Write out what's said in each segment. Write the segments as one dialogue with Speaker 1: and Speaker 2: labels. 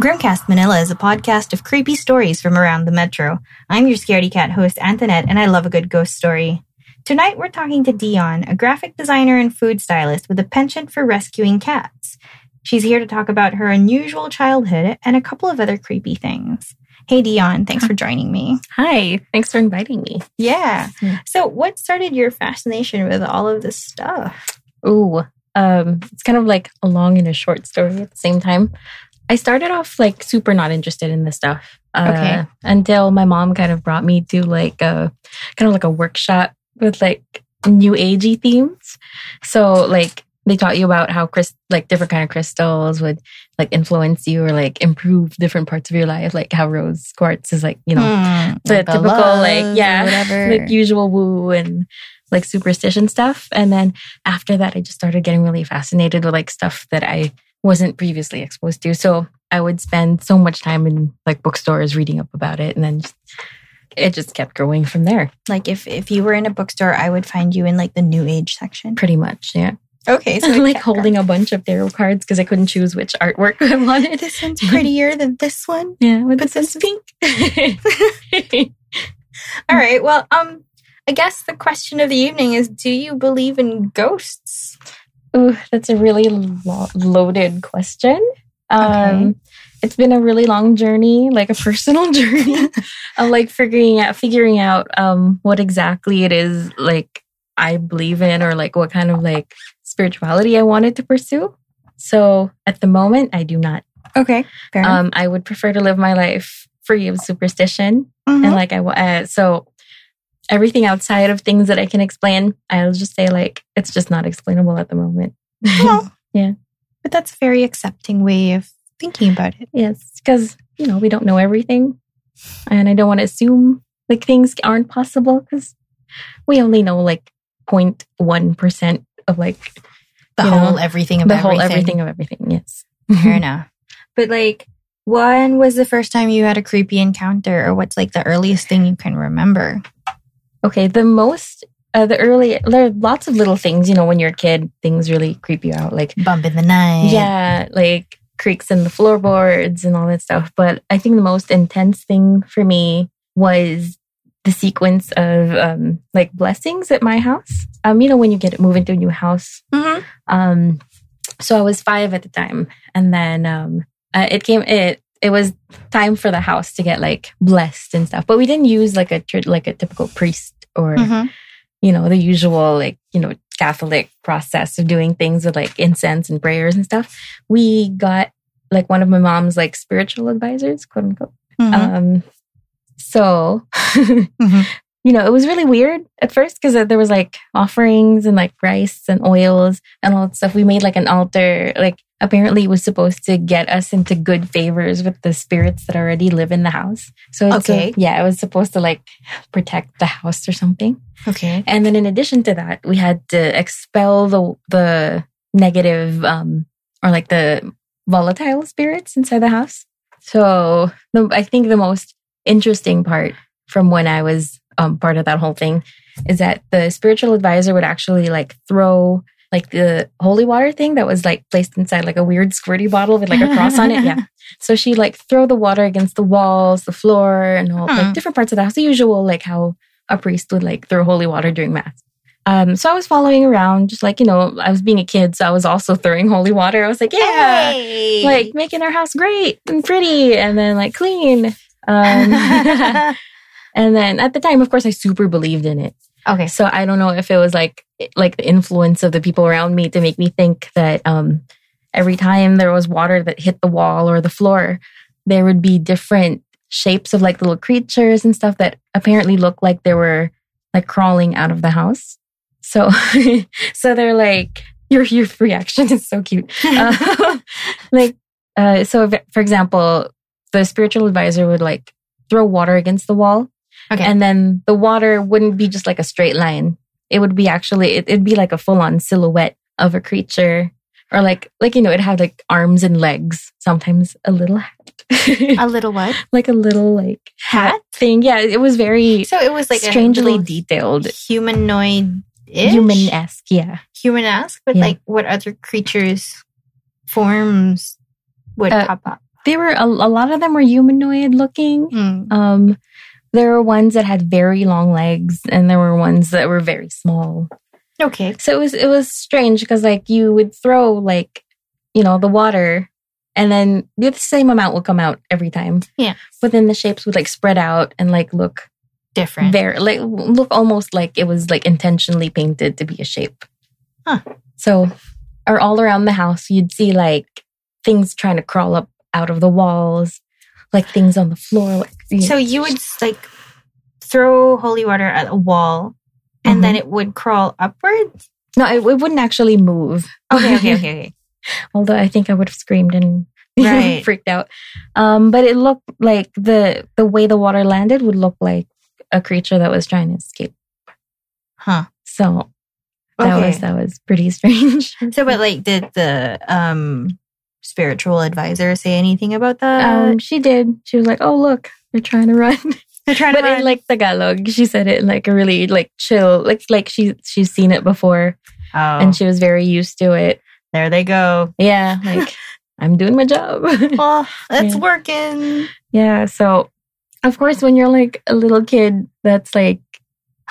Speaker 1: Grimcast Manila is a podcast of creepy stories from around the metro. I'm your scaredy cat host, Antoinette, and I love a good ghost story. Tonight, we're talking to Dion, a graphic designer and food stylist with a penchant for rescuing cats. She's here to talk about her unusual childhood and a couple of other creepy things. Hey, Dion, thanks for joining me.
Speaker 2: Hi, thanks for inviting me.
Speaker 1: Yeah. So, what started your fascination with all of this stuff?
Speaker 2: Ooh, um, it's kind of like a long and a short story at the same time. I started off like super not interested in this stuff. Uh,
Speaker 1: Okay.
Speaker 2: Until my mom kind of brought me to like a kind of like a workshop with like new agey themes. So like they taught you about how crys- like different kind of crystals would like influence you or like improve different parts of your life, like how rose quartz is like you know
Speaker 1: Hmm,
Speaker 2: the
Speaker 1: like a
Speaker 2: typical
Speaker 1: love or
Speaker 2: like yeah
Speaker 1: whatever.
Speaker 2: like usual woo and like superstition stuff and then after that i just started getting really fascinated with like stuff that i wasn't previously exposed to so i would spend so much time in like bookstores reading up about it and then just, it just kept growing from there
Speaker 1: Like if if you were in a bookstore, I would find you in like the new age section.
Speaker 2: pretty much yeah
Speaker 1: Okay, so it
Speaker 2: like
Speaker 1: kept
Speaker 2: holding a bunch of tarot cards because i couldn't choose which artwork i
Speaker 1: going.
Speaker 2: wanted
Speaker 1: This one's prettier than this one.
Speaker 2: yeah with
Speaker 1: But this
Speaker 2: pink
Speaker 1: All right. Well, um, I guess the question of the evening is: Do you believe in ghosts?
Speaker 2: Ooh, that's a really lo- loaded question. Um,
Speaker 1: Okay.
Speaker 2: It's been a really long journey, like a personal journey of like figuring out figuring out um, what exactly it is like I believe in, or like what kind of like spirituality I wanted to pursue. So at the moment, I do not.
Speaker 1: Okay, fair enough.
Speaker 2: Um, I would prefer to live my life free of superstition
Speaker 1: Mhm.
Speaker 2: and like I wa- uh, so everything outside of things that I can explain, I'll just say like it's just not explainable at the moment.
Speaker 1: Well,
Speaker 2: yeah.
Speaker 1: but that's a very accepting way of thinking about it.
Speaker 2: yes, because you know we don't know everything, and I don't want to assume like things aren't possible because we only know like 0.1 percent of like
Speaker 1: The
Speaker 2: You know,
Speaker 1: whole everything of
Speaker 2: the
Speaker 1: everything.
Speaker 2: whole everything of everything. Yes.
Speaker 1: Fair enough. But like, when was the first time you had a creepy encounter, or what's like the earliest thing you can remember?
Speaker 2: Okay, the most, uh, the early, there are lots of little things, you know, when you're a kid, things really creep you out. Like,
Speaker 1: Bump in the night.
Speaker 2: yeah, like creaks in the floorboards and all that stuff. But I think the most intense thing for me was the sequence of um, like blessings at my house. Um, you know, when you get move into a new house.
Speaker 1: Mhm.
Speaker 2: Um, so I was five at the time, and then um, uh, it came it. It was time for the house to get like blessed and stuff, but we didn't use like a tr- like a typical priest or
Speaker 1: Mhm.
Speaker 2: you know, the usual like, you know, Catholic process of doing things with like incense and prayers and stuff. We got like one of my mom's like spiritual advisors, quote unquote.
Speaker 1: Mhm.
Speaker 2: Um, so,
Speaker 1: Mm-hmm.
Speaker 2: you know, it was really weird at first because there was like offerings and like rice and oils and all that stuff. We made like an altar. Like apparently it was supposed to get us into good favors with the spirits that already live in the house. So it's a-
Speaker 1: Okay.
Speaker 2: yeah, it was supposed to like protect the house or something.
Speaker 1: okay.
Speaker 2: And then in addition to that, we had to expel the the negative um or like the volatile spirits inside the house. So the, I think the most interesting part from when I was um, part of that whole thing is that the spiritual advisor would actually like throw like the holy water thing that was like placed inside like a weird squirty bottle with like a cross on it. Yeah. So she like throw the water against the walls, the floor, and all
Speaker 1: Hmm.
Speaker 2: like different parts of the house. The usual like how a priest would like throw holy water during mass. Um, so I was following around, just like you know, I was being a kid, so I was also throwing holy water. I was like, yeah,
Speaker 1: Hey!
Speaker 2: like making our house great and pretty, and then like clean. Um, and then at the time, of course, I super believed in it.
Speaker 1: okay.
Speaker 2: So I don't know if it was like like the influence of the people around me to make me think that um, every time there was water that hit the wall or the floor, there would be different shapes of like little creatures and stuff that apparently looked like they were like crawling out of the house. So so they're like your your reaction is so cute. Uh, like uh, so, if, for example, the spiritual advisor would like throw water against the wall
Speaker 1: Okay.
Speaker 2: and then the water wouldn't be just like a straight line. It would be actually it, it'd be like a full on silhouette of a creature, or like like you know it had like arms and legs, sometimes a little hat,
Speaker 1: a little what?
Speaker 2: like a little like hat thing. Yeah, it was very
Speaker 1: So it was like a
Speaker 2: strangely
Speaker 1: little
Speaker 2: detailed,
Speaker 1: humanoid,
Speaker 2: human esque. Yeah,
Speaker 1: human-esque, but
Speaker 2: Yeah.
Speaker 1: like what other creatures forms would
Speaker 2: Uh,
Speaker 1: pop up?
Speaker 2: they were a, a lot of them were humanoid looking.
Speaker 1: Hmm.
Speaker 2: Um, there were ones that had very long legs, and there were ones that were very small.
Speaker 1: Okay.
Speaker 2: So it was it was strange because like you would throw like you know the water and then the same amount would come out every time.
Speaker 1: Yeah.
Speaker 2: But then the shapes would like spread out and like look
Speaker 1: Different.
Speaker 2: very like look almost like it was like intentionally painted to be a shape.
Speaker 1: Huh.
Speaker 2: So or all around the house you'd see like things trying to crawl up out of the walls, like things on the floor like you
Speaker 1: So you would like throw holy water at a wall and
Speaker 2: Mhm.
Speaker 1: then it would crawl upwards?
Speaker 2: no it, it wouldn't actually move.
Speaker 1: Okay, okay, okay, okay.
Speaker 2: although I think I would have screamed and
Speaker 1: Right.
Speaker 2: freaked out. Um, but it looked like the the way the water landed would look like a creature that was trying to escape.
Speaker 1: Huh.
Speaker 2: So that
Speaker 1: Okay. Uh,
Speaker 2: was that was pretty strange.
Speaker 1: So, but like, did the um spiritual advisor say anything about that?
Speaker 2: um, she did. She was like, "Oh look, they're trying to run,"
Speaker 1: They're trying
Speaker 2: but in like Tagalog, she said it in like a really like chill, like like she she's seen it before
Speaker 1: oh,
Speaker 2: and she was very used to it.
Speaker 1: there they go.
Speaker 2: Yeah, like I'm doing my job.
Speaker 1: Well, Oh, it's
Speaker 2: Yeah.
Speaker 1: working.
Speaker 2: Yeah. So, of course, when you're like a little kid, that's like,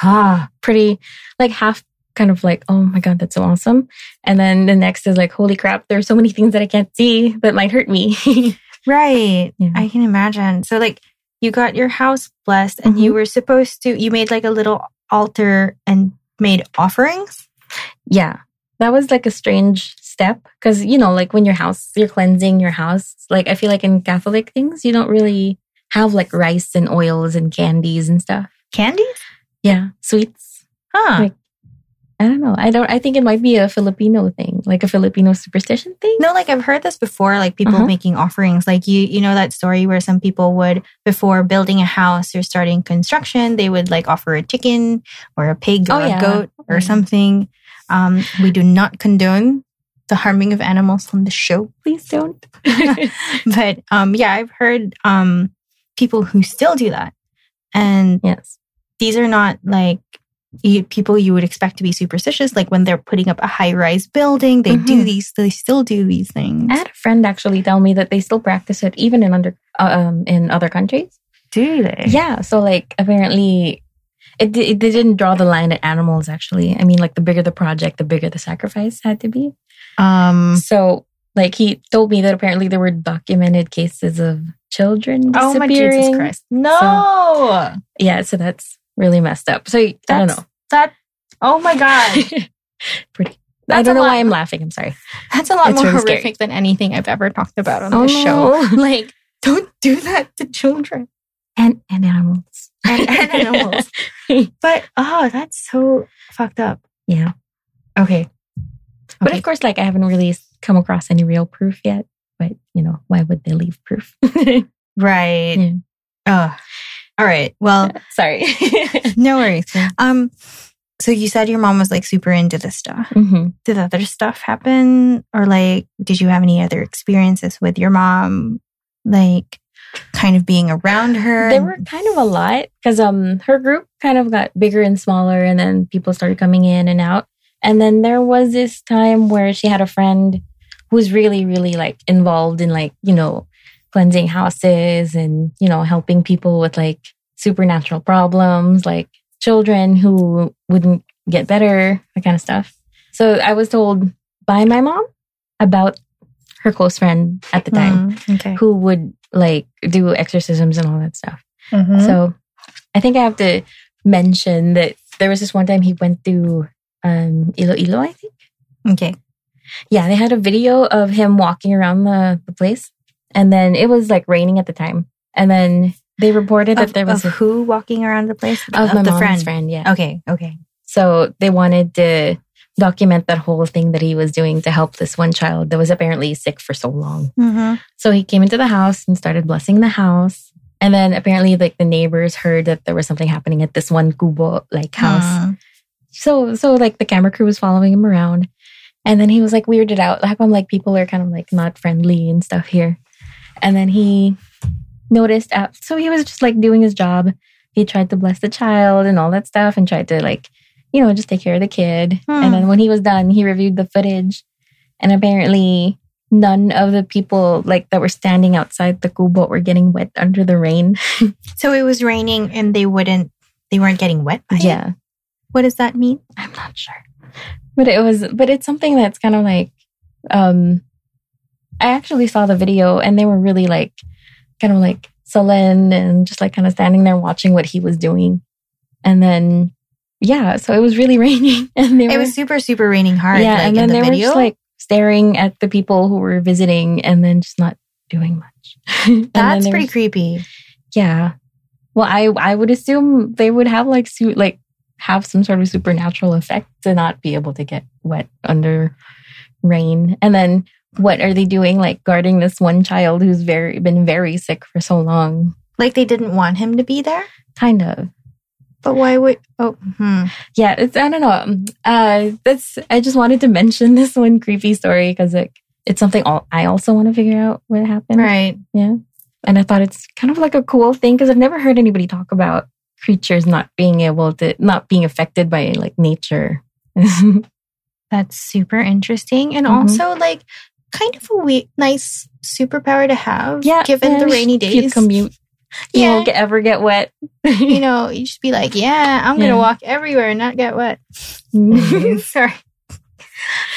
Speaker 2: ah, pretty, like half kind of like, oh my God, that's so awesome. And then the next is like, holy crap, there's so many things that I can't see that might hurt me.
Speaker 1: Right.
Speaker 2: Yeah.
Speaker 1: I can imagine. So, like, you got your house blessed and
Speaker 2: Mm-hmm.
Speaker 1: you were supposed to, you made like a little altar and made offerings.
Speaker 2: yeah. That was like a strange step because, you know, like when your house, you're cleansing your house, like I feel like in Catholic things, you don't really have like rice and oils and candies and stuff.
Speaker 1: Candies?
Speaker 2: Yeah. Sweets.
Speaker 1: Huh.
Speaker 2: Like- I don't know. I don't, I think it might be a Filipino thing, like a Filipino superstition thing.
Speaker 1: no, like I've heard this before, like people
Speaker 2: Uh-huh.
Speaker 1: making offerings. Like you you know that story where some people would before building a house or starting construction, they would like offer a chicken or a pig
Speaker 2: Oh,
Speaker 1: or
Speaker 2: yeah.
Speaker 1: a goat or
Speaker 2: Yeah.
Speaker 1: something. Um, we do not condone the harming of animals on the show.
Speaker 2: please don't.
Speaker 1: But um yeah, I've heard um people who still do that. And
Speaker 2: yes.
Speaker 1: these are not like you, people you would expect to be superstitious. Like when they're putting up a high rise building, they do
Speaker 2: Mhm.
Speaker 1: these, they still do these things.
Speaker 2: I had a friend actually tell me that they still practice it even in under uh, um in other countries.
Speaker 1: Do they?
Speaker 2: Yeah, so like apparently it, di- it they didn't draw the line at animals actually. I mean like the bigger the project, the bigger the sacrifice had to be.
Speaker 1: Um.
Speaker 2: So like he told me that apparently there were documented cases of children
Speaker 1: Oh
Speaker 2: disappearing.
Speaker 1: my Jesus Christ! No,
Speaker 2: Yeah, so that's really messed up. So I don't
Speaker 1: That's- that. Oh my God,
Speaker 2: know. Pretty. I
Speaker 1: That's
Speaker 2: don't
Speaker 1: a
Speaker 2: know
Speaker 1: lot.
Speaker 2: why I'm laughing. I'm sorry.
Speaker 1: that's a lot
Speaker 2: It's
Speaker 1: more
Speaker 2: really scary.
Speaker 1: horrific than anything I've ever talked about on
Speaker 2: Oh,
Speaker 1: this show.
Speaker 2: no.
Speaker 1: Like, don't do that to children
Speaker 2: and and animals.
Speaker 1: and, and animals. But oh, that's so fucked up.
Speaker 2: Yeah.
Speaker 1: Okay.
Speaker 2: But
Speaker 1: Okay.
Speaker 2: of course, like I haven't really s- come across any real proof yet. But you know, why would they leave proof?
Speaker 1: Right.
Speaker 2: Yeah.
Speaker 1: Oh. All right. Well,
Speaker 2: Sorry.
Speaker 1: no worries.
Speaker 2: Yeah.
Speaker 1: Um. So you said your mom was like super into this stuff.
Speaker 2: hmm
Speaker 1: did other stuff happen or like did you have any other experiences with your mom like kind of being around her
Speaker 2: There were kind of a lot because um her group kind of got bigger and smaller, and then people started coming in and out. And then there was this time where she had a friend who was really, really like involved in like you know cleansing houses and you know helping people with like supernatural problems, like children who wouldn't get better, that kind of stuff. So I was told by my mom about her close friend at the time
Speaker 1: Mm, okay
Speaker 2: who would like do exorcisms and all that stuff. So I think I have to mention that there was this one time he went to um, Iloilo, I think.
Speaker 1: okay
Speaker 2: Yeah, they had a video of him walking around the, the place. And then it was like raining at the time. And then they reported that
Speaker 1: of,
Speaker 2: there was
Speaker 1: of
Speaker 2: a,
Speaker 1: who walking around the place
Speaker 2: of my
Speaker 1: the
Speaker 2: mom's
Speaker 1: friend.
Speaker 2: friend. Yeah.
Speaker 1: okay okay
Speaker 2: So they wanted to document that whole thing that he was doing to help this one child that was apparently sick for so long.
Speaker 1: mm-hmm.
Speaker 2: So he came into the house and started blessing the house. And then apparently, like the neighbors heard that there was something happening at this one kubo like house. So so like the camera crew was following him around, and then he was like weirded out. How come like people are kind of like not friendly and stuff here? And then he noticed at, so he was just like doing his job. He tried to bless the child and all that stuff and tried to like, you know, just take care of the kid.
Speaker 1: Hmm.
Speaker 2: And then when he was done, he reviewed the footage. And apparently none of the people like that were standing outside the kubot were getting wet under the rain.
Speaker 1: So it was raining and they wouldn't, they weren't getting wet by it?
Speaker 2: Yeah.
Speaker 1: What does that mean?
Speaker 2: I'm not sure. But it was but it's something that's kind of like um I actually saw the video and they were really like kind of like sullen and just like kind of standing there watching what he was doing. And then yeah, so it was really raining and they
Speaker 1: It
Speaker 2: were
Speaker 1: was super, super raining hard.
Speaker 2: Yeah,
Speaker 1: like,
Speaker 2: and
Speaker 1: in
Speaker 2: then
Speaker 1: the
Speaker 2: they were
Speaker 1: video.
Speaker 2: just like staring at the people who were visiting and then just not doing much. And then
Speaker 1: That's
Speaker 2: they were
Speaker 1: pretty creepy.
Speaker 2: yeah. Well, I I would assume they would have like su- like have some sort of supernatural effect to not be able to get wet under rain. And then what are they doing like guarding this one child who's very been very sick for so long?
Speaker 1: Like they didn't want him to be there.
Speaker 2: Kind of.
Speaker 1: But why would? Oh, hmm.
Speaker 2: Yeah, it's I don't know. Uh that's I just wanted to mention this one creepy story cuz like it's something all, I also want to figure out what happened.
Speaker 1: right.
Speaker 2: And I thought it's kind of like a cool thing because I've never heard anybody talk about creatures not being able to, not being affected by like nature.
Speaker 1: That's super interesting, and
Speaker 2: Mhm.
Speaker 1: also like kind of a we- nice superpower to have.
Speaker 2: yeah.
Speaker 1: given the
Speaker 2: and
Speaker 1: rainy
Speaker 2: if You
Speaker 1: days,
Speaker 2: commute. You
Speaker 1: yeah,
Speaker 2: won't get, ever get wet.
Speaker 1: you know, you should be like, yeah, Mm-hmm. I'm
Speaker 2: Yeah.
Speaker 1: gonna walk everywhere and not get wet.
Speaker 2: Mhm.
Speaker 1: Sorry.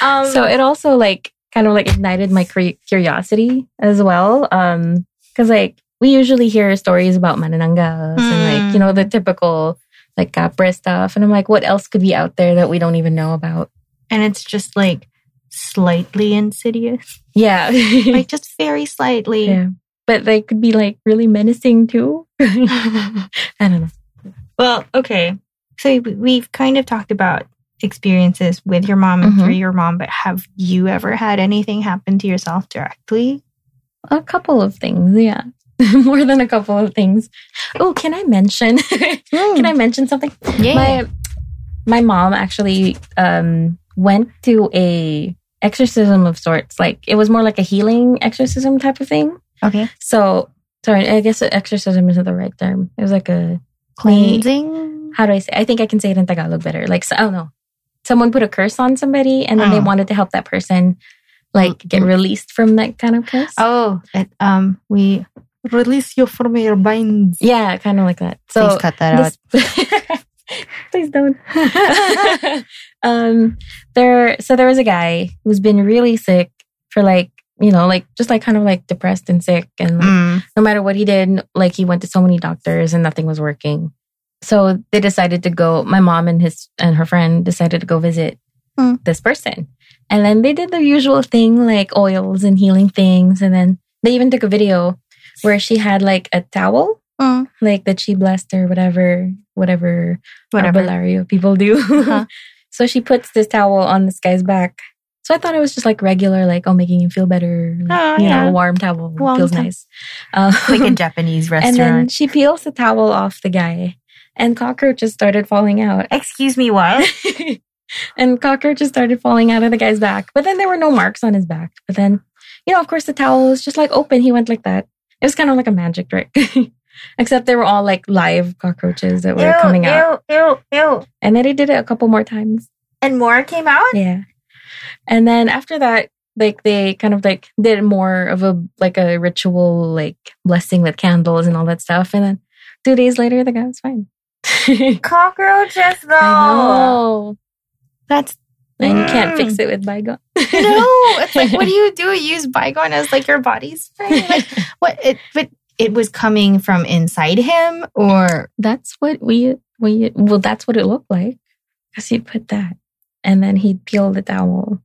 Speaker 1: Um,
Speaker 2: so it also like kind of like ignited my cre- curiosity as well. Um, cause like we usually hear stories about mananangas and like, you
Speaker 1: Hmm.
Speaker 2: know, the typical like capre stuff. And I'm like, what else could be out there that we don't even know about?
Speaker 1: and it's just like slightly insidious,
Speaker 2: Yeah.
Speaker 1: like just very slightly.
Speaker 2: Yeah. But they could be like really menacing too. I don't know.
Speaker 1: Well, okay. So we- we've kind of talked about experiences with your mom and
Speaker 2: Mhm.
Speaker 1: through your mom, but have you ever had anything happen to yourself directly?
Speaker 2: A couple of things, yeah. More than a couple of things. Oh, can I mention? can I mention something?
Speaker 1: Yeah.
Speaker 2: My my mom actually um went to a exorcism of sorts. Like it was more like a healing exorcism type of thing.
Speaker 1: okay.
Speaker 2: So sorry, I guess exorcism isn't the right term. It was like a
Speaker 1: Cleansing.
Speaker 2: how do I say? I think I can say it in Tagalog better. Like, so, oh no, someone put a curse on somebody, and then they
Speaker 1: Oh.
Speaker 2: wanted to help that person, like get
Speaker 1: Mm.
Speaker 2: released from that kind of curse.
Speaker 1: Oh, it, um, we release you from your binds.
Speaker 2: Yeah, kind of like that. So
Speaker 1: Please cut that out.
Speaker 2: this- Please don't. um, there. So there was a guy who's been really sick for like you know like just like kind of like depressed and sick and like,
Speaker 1: Mm.
Speaker 2: no matter what he did, like he went to so many doctors and nothing was working. So they decided to go. My mom and his and her friend decided to go visit
Speaker 1: Hmm.
Speaker 2: this person, and then they did the usual thing like oils and healing things, and then they even took a video where she had like a towel,
Speaker 1: Mm.
Speaker 2: like that she blessed or whatever, whatever
Speaker 1: Whatever.
Speaker 2: herbalario people do.
Speaker 1: Uh-huh.
Speaker 2: so she puts this towel on this guy's back. So I thought it was just like regular, like oh, making him feel better, like,
Speaker 1: Oh,
Speaker 2: you
Speaker 1: yeah.
Speaker 2: know, warm towel
Speaker 1: Warm
Speaker 2: feels
Speaker 1: towel.
Speaker 2: nice. Um,
Speaker 1: Like a Japanese
Speaker 2: and then
Speaker 1: restaurant.
Speaker 2: she peels the towel off the guy, and cockroaches started falling out.
Speaker 1: Excuse me, what?
Speaker 2: and cockroaches started falling out of the guy's back. But then there were no marks on his back. But then, you know, of course, the towel was just like open. He went like that. It was kind of like a magic trick. Except they were all like live cockroaches that were coming out.
Speaker 1: ew, ew.
Speaker 2: And then he did it a couple more times.
Speaker 1: And more came out?
Speaker 2: Yeah. And then after that, like they kind of like did more of a like a ritual like blessing with candles and all that stuff. And then two days later the guy was fine. I
Speaker 1: Cockroaches, though.
Speaker 2: know.
Speaker 1: That's
Speaker 2: And you can't
Speaker 1: Mm.
Speaker 2: fix it with bygone.
Speaker 1: no, it's like what do you do? Use bygone as like your body spray? Like what? It, but it was coming from inside him, or
Speaker 2: that's what we we well that's what it looked like. Cause he put that. And then he'd peel the towel.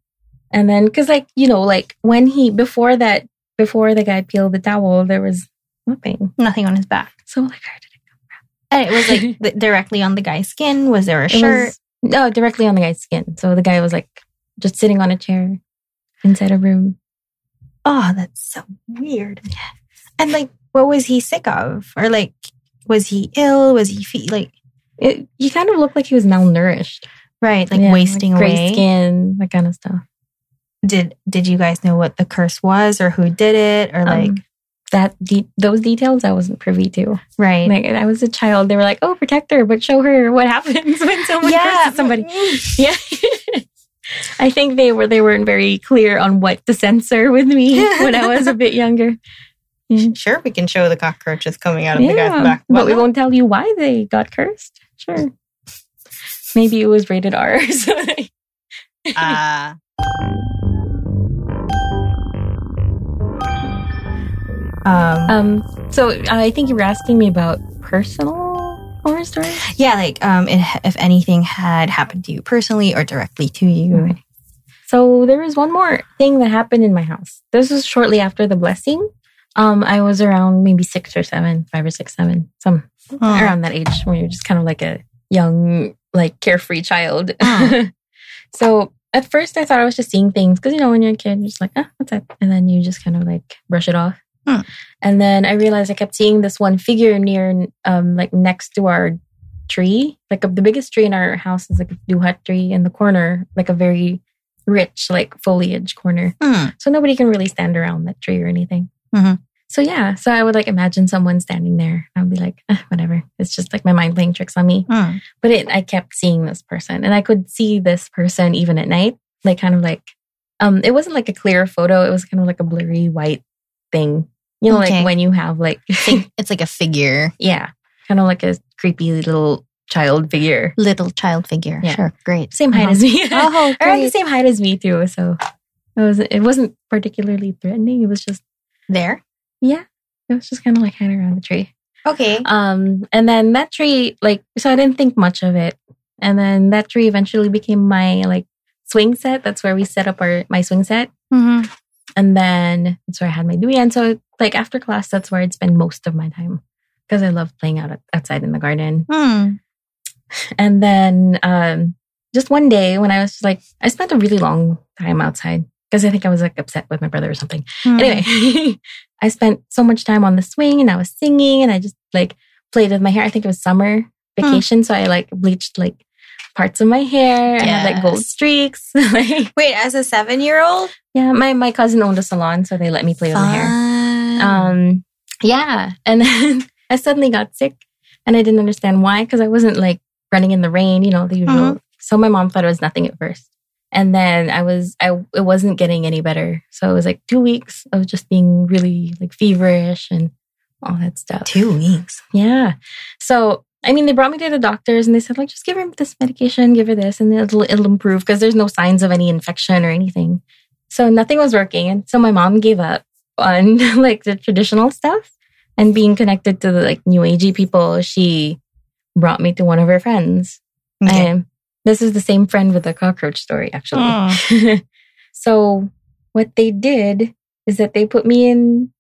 Speaker 2: And then cause like, you know, like when he before that before the guy peeled the towel, there was nothing.
Speaker 1: nothing on his back.
Speaker 2: So like I did
Speaker 1: And it was like th- directly on the guy's skin. Was there a
Speaker 2: It
Speaker 1: shirt?
Speaker 2: was- no, directly on the guy's skin. So the guy was like just sitting on a chair inside a room.
Speaker 1: oh, that's so weird. And like, what was he sick of? Or like, was he ill? Was he fe- like
Speaker 2: It, he kind of looked like he was malnourished,
Speaker 1: right, like
Speaker 2: Yeah,
Speaker 1: wasting
Speaker 2: gray
Speaker 1: away?
Speaker 2: skin, that kind of stuff.
Speaker 1: Did did you guys know what the curse was, or who did it, or
Speaker 2: Um,
Speaker 1: like?
Speaker 2: that de- those details I wasn't privy to.
Speaker 1: Right.
Speaker 2: Like I was a child, they were like, "Oh, protect her, but show her what happens when someone curses somebody." Yeah. I think they were they weren't very clear on what to censor with me when I was a bit younger.
Speaker 1: Sure, we can show the cockroaches coming out of the
Speaker 2: Yeah,
Speaker 1: guy's back.
Speaker 2: but we
Speaker 1: Well,
Speaker 2: won't tell you why they got cursed. Sure. Maybe it was rated R. or something.
Speaker 1: uh, um,
Speaker 2: um, so uh, I think you were asking me about personal horror stories.
Speaker 1: yeah, like um, if if anything had happened to you personally or directly to you.
Speaker 2: Okay. So there is one more thing that happened in my house. This was shortly after the blessing. Um, I was around maybe six or seven, five or six, seven, some
Speaker 1: Oh.
Speaker 2: around that age when you're just kind of like a young, like carefree child.
Speaker 1: Mm.
Speaker 2: so at first I thought I was just seeing things because you know when you're a kid, you're just like, ah, what's that? And then you just kind of like brush it off.
Speaker 1: Mm.
Speaker 2: And then I realized I kept seeing this one figure near, um, like next to our tree. Like the biggest tree in our house is like a duhat tree in the corner, like a very rich, like foliage corner.
Speaker 1: Mm.
Speaker 2: So nobody can really stand around that tree or anything.
Speaker 1: Mhm.
Speaker 2: So yeah, so I would like imagine someone standing there. I'd be like, "Ah, whatever. It's just like my mind playing tricks on me.
Speaker 1: Mm.
Speaker 2: But it, I kept seeing this person, and I could see this person even at night. Like kind of like, um, it wasn't like a clear photo. It was kind of like a blurry white thing. You know,
Speaker 1: Okay.
Speaker 2: like when you have like,
Speaker 1: It's like a figure,
Speaker 2: yeah, kind of like a creepy little child figure.
Speaker 1: little child figure.
Speaker 2: Yeah.
Speaker 1: Sure, great.
Speaker 2: same height
Speaker 1: Uh-huh.
Speaker 2: as me.
Speaker 1: Oh,
Speaker 2: Around the
Speaker 1: great.
Speaker 2: same height as me too. So it was it wasn't particularly threatening. It was just
Speaker 1: There.
Speaker 2: it was just kind of like hanging around the tree.
Speaker 1: Okay.
Speaker 2: Um, and then that tree, like, so I didn't think much of it. And then that tree eventually became my like swing set. That's where we set up our my swing set.
Speaker 1: Mhm.
Speaker 2: And then that's where I had my durian. So like after class, that's where I'd spend most of my time because I love playing out outside in the garden. mm-hmm.
Speaker 1: Mm.
Speaker 2: And then um, just one day when I was like, I spent a really long time outside because I think I was like upset with my brother or something.
Speaker 1: Mm.
Speaker 2: Anyway, I spent so much time on the swing and I was singing and I just like played with my hair. I think it was summer vacation. So I like bleached like parts of my hair. I had like gold
Speaker 1: Yes.
Speaker 2: streaks. like,
Speaker 1: Wait, as a seven-year-old.
Speaker 2: yeah, my, my cousin owned a salon, so they let me play with my hair
Speaker 1: Fun.
Speaker 2: um yeah and then i suddenly got sick and i didn't understand why because i wasn't like running in the rain you know the usual so my mom thought it was nothing at first and then i was i it wasn't getting any better so it was like two weeks of just being really like feverish and all that stuff
Speaker 1: Two weeks.
Speaker 2: yeah. So, I mean, they brought me to the doctors and they said, like, just give her this medication, give her this, and it'll, it'll improve because there's no signs of any infection or anything. So, nothing was working. And so, my mom gave up on like the traditional stuff and being connected to the like new agey people. She brought me to one of her friends.
Speaker 1: Okay.
Speaker 2: And this is the same friend with the cockroach story, actually.
Speaker 1: Mm.
Speaker 2: so what they did is that they put me in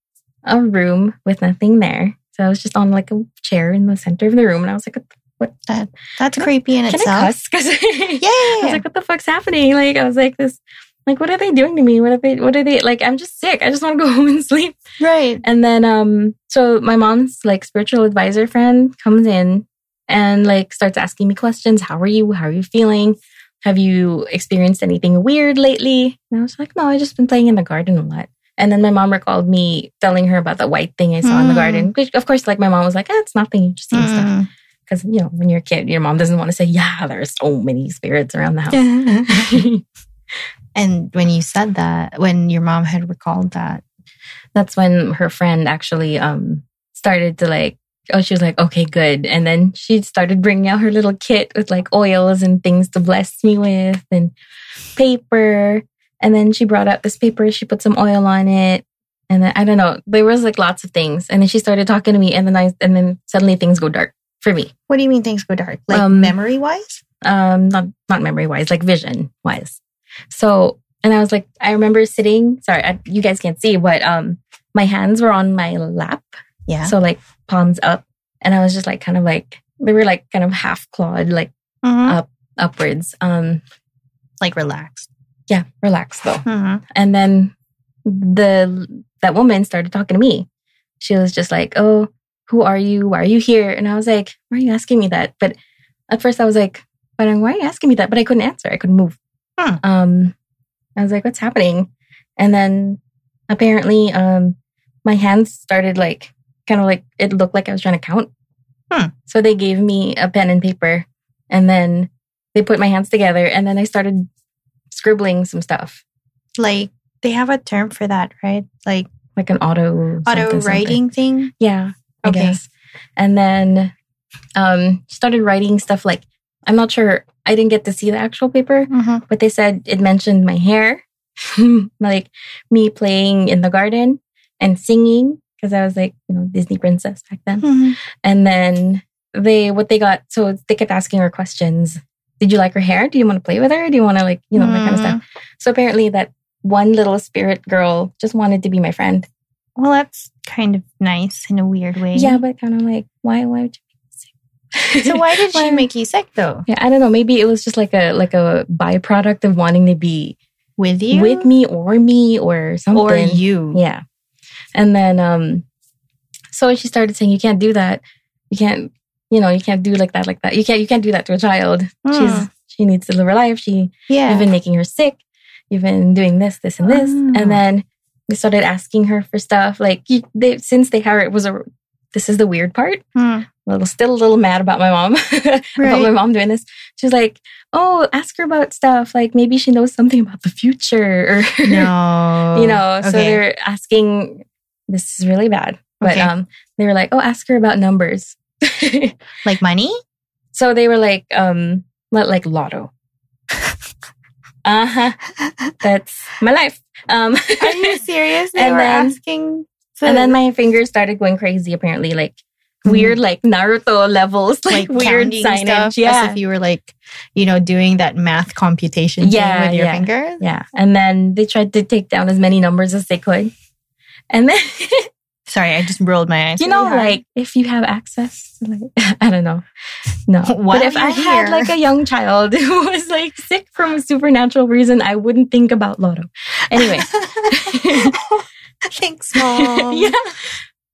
Speaker 2: a room with nothing there. So I was just on like a chair in the center of the room, and I was like, "What?
Speaker 1: That- That's
Speaker 2: Can I-
Speaker 1: creepy in
Speaker 2: Can
Speaker 1: itself.
Speaker 2: I cuss?" 'Cause
Speaker 1: Yeah.
Speaker 2: I was like, "What the fuck's happening?" Like I was like, "This, like, what are they doing to me? What are they? What are they? Like, I'm just sick. I just want to go home and sleep."
Speaker 1: right.
Speaker 2: And then um so my mom's like spiritual advisor friend comes in and like starts asking me questions. How are you? How are you feeling? Have you experienced anything weird lately? And I was like, No, I just been playing in the garden a lot. And then my mom recalled me telling her about that white thing I saw in the
Speaker 1: Mm.
Speaker 2: garden. Which of course, like my mom was like, ah, it's nothing, you just seen stuff.
Speaker 1: Mm.
Speaker 2: Because you know, when you're a kid, your mom doesn't want to say, Yeah, there are so many spirits around the house.
Speaker 1: Mm. and when you said that, when your mom had recalled that,
Speaker 2: that's when her friend actually um started to like oh she was like okay good and then she started bringing out her little kit with like oils and things to bless me with and paper and then she brought out this paper she put some oil on it and then i don't know there was like lots of things and then she started talking to me and then i and then suddenly things go dark for me
Speaker 1: what do you mean things go dark? Like
Speaker 2: Um,
Speaker 1: memory wise?
Speaker 2: um not not memory wise like vision wise so and i was like i remember sitting sorry I, you guys can't see but um my hands were on my lap
Speaker 1: Yeah.
Speaker 2: so like palms up. And I was just like kind of like they were like kind of half clawed, like
Speaker 1: Mhm.
Speaker 2: upwards. Um
Speaker 1: Like relaxed.
Speaker 2: yeah, relaxed though.
Speaker 1: Mm-hmm.
Speaker 2: And then the that woman started talking to me. She was just like, Oh, who are you? Why are you here? And I was like, Why are you asking me that? But at first I was like, but um, why are you asking me that? But I couldn't answer. I couldn't move.
Speaker 1: Hmm.
Speaker 2: Um I was like, what's happening? And then apparently um my hands started like kind of like it looked like I was trying to count.
Speaker 1: Hmm.
Speaker 2: So they gave me a pen and paper, and then they put my hands together, and then I started scribbling some stuff
Speaker 1: Like they have a term for that, right? Like
Speaker 2: like an auto something,
Speaker 1: auto
Speaker 2: something.
Speaker 1: writing thing.
Speaker 2: Yeah, I
Speaker 1: Okay.
Speaker 2: guess. And then um, started writing stuff like I'm not sure. I didn't get to see the actual paper,
Speaker 1: Mm-hmm.
Speaker 2: but they said it mentioned my hair, like me playing in the garden and singing because I was like you know Disney princess back then.
Speaker 1: Mm-hmm.
Speaker 2: And then they what they got so they kept asking her questions. Did you like her hair? Do you want to play with her? Do you want to like you know that kind of
Speaker 1: Mm-hmm.
Speaker 2: stuff? So apparently that one little spirit girl just wanted to be my friend.
Speaker 1: Well, that's kind of nice in a weird way.
Speaker 2: Yeah, but kind of like why why would you make me sick?
Speaker 1: So why did she
Speaker 2: Why-
Speaker 1: make you sick though?
Speaker 2: Yeah, I don't know. Maybe it was just like a like a byproduct of wanting to be
Speaker 1: With you?
Speaker 2: with me or me or something.
Speaker 1: or you?
Speaker 2: Yeah. And then um so she started saying you can't do that. You can't you know, you can't do like that like that. You can't you can't do that to a child.
Speaker 1: Mm.
Speaker 2: She's she needs to live her life. She
Speaker 1: yeah.
Speaker 2: you've been making her sick. You've been doing this, this, and this.
Speaker 1: Oh.
Speaker 2: And then they started asking her for stuff like you, they since they had it was a this is the weird part.
Speaker 1: Mm.
Speaker 2: A little still a little mad about my mom about my
Speaker 1: Right.
Speaker 2: mom doing this. She was like, "Oh, ask her about stuff. Like maybe she knows something about the future." Or
Speaker 1: No.
Speaker 2: you know, so
Speaker 1: Oh, Okay.
Speaker 2: they're asking. This is really bad, but
Speaker 1: Okay.
Speaker 2: um, they were like, "Oh, ask her about numbers."
Speaker 1: like money?
Speaker 2: so they were like, um, li- like lotto. uh huh. That's my life. Um,
Speaker 1: Are you serious? They
Speaker 2: And
Speaker 1: were
Speaker 2: then-
Speaker 1: asking. to-
Speaker 2: and then my fingers started going crazy. Apparently, like
Speaker 1: Mhm.
Speaker 2: weird, like Naruto levels, like, weird
Speaker 1: counting
Speaker 2: signage.
Speaker 1: stuff
Speaker 2: yeah,
Speaker 1: as if you were like, you know, doing that math computation
Speaker 2: Yeah,
Speaker 1: thing with your
Speaker 2: yeah.
Speaker 1: fingers.
Speaker 2: yeah. And then they tried to take down as many numbers as they could. And then
Speaker 1: Sorry, I just rolled my eyes.
Speaker 2: you
Speaker 1: really
Speaker 2: know,
Speaker 1: hard.
Speaker 2: like if you have access, to, like I don't know, no.
Speaker 1: While
Speaker 2: but if I
Speaker 1: you're
Speaker 2: had
Speaker 1: here.
Speaker 2: like a young child who was like sick from a supernatural reason, I wouldn't think about Lotto. Anyway,
Speaker 1: thanks, mom.
Speaker 2: yeah,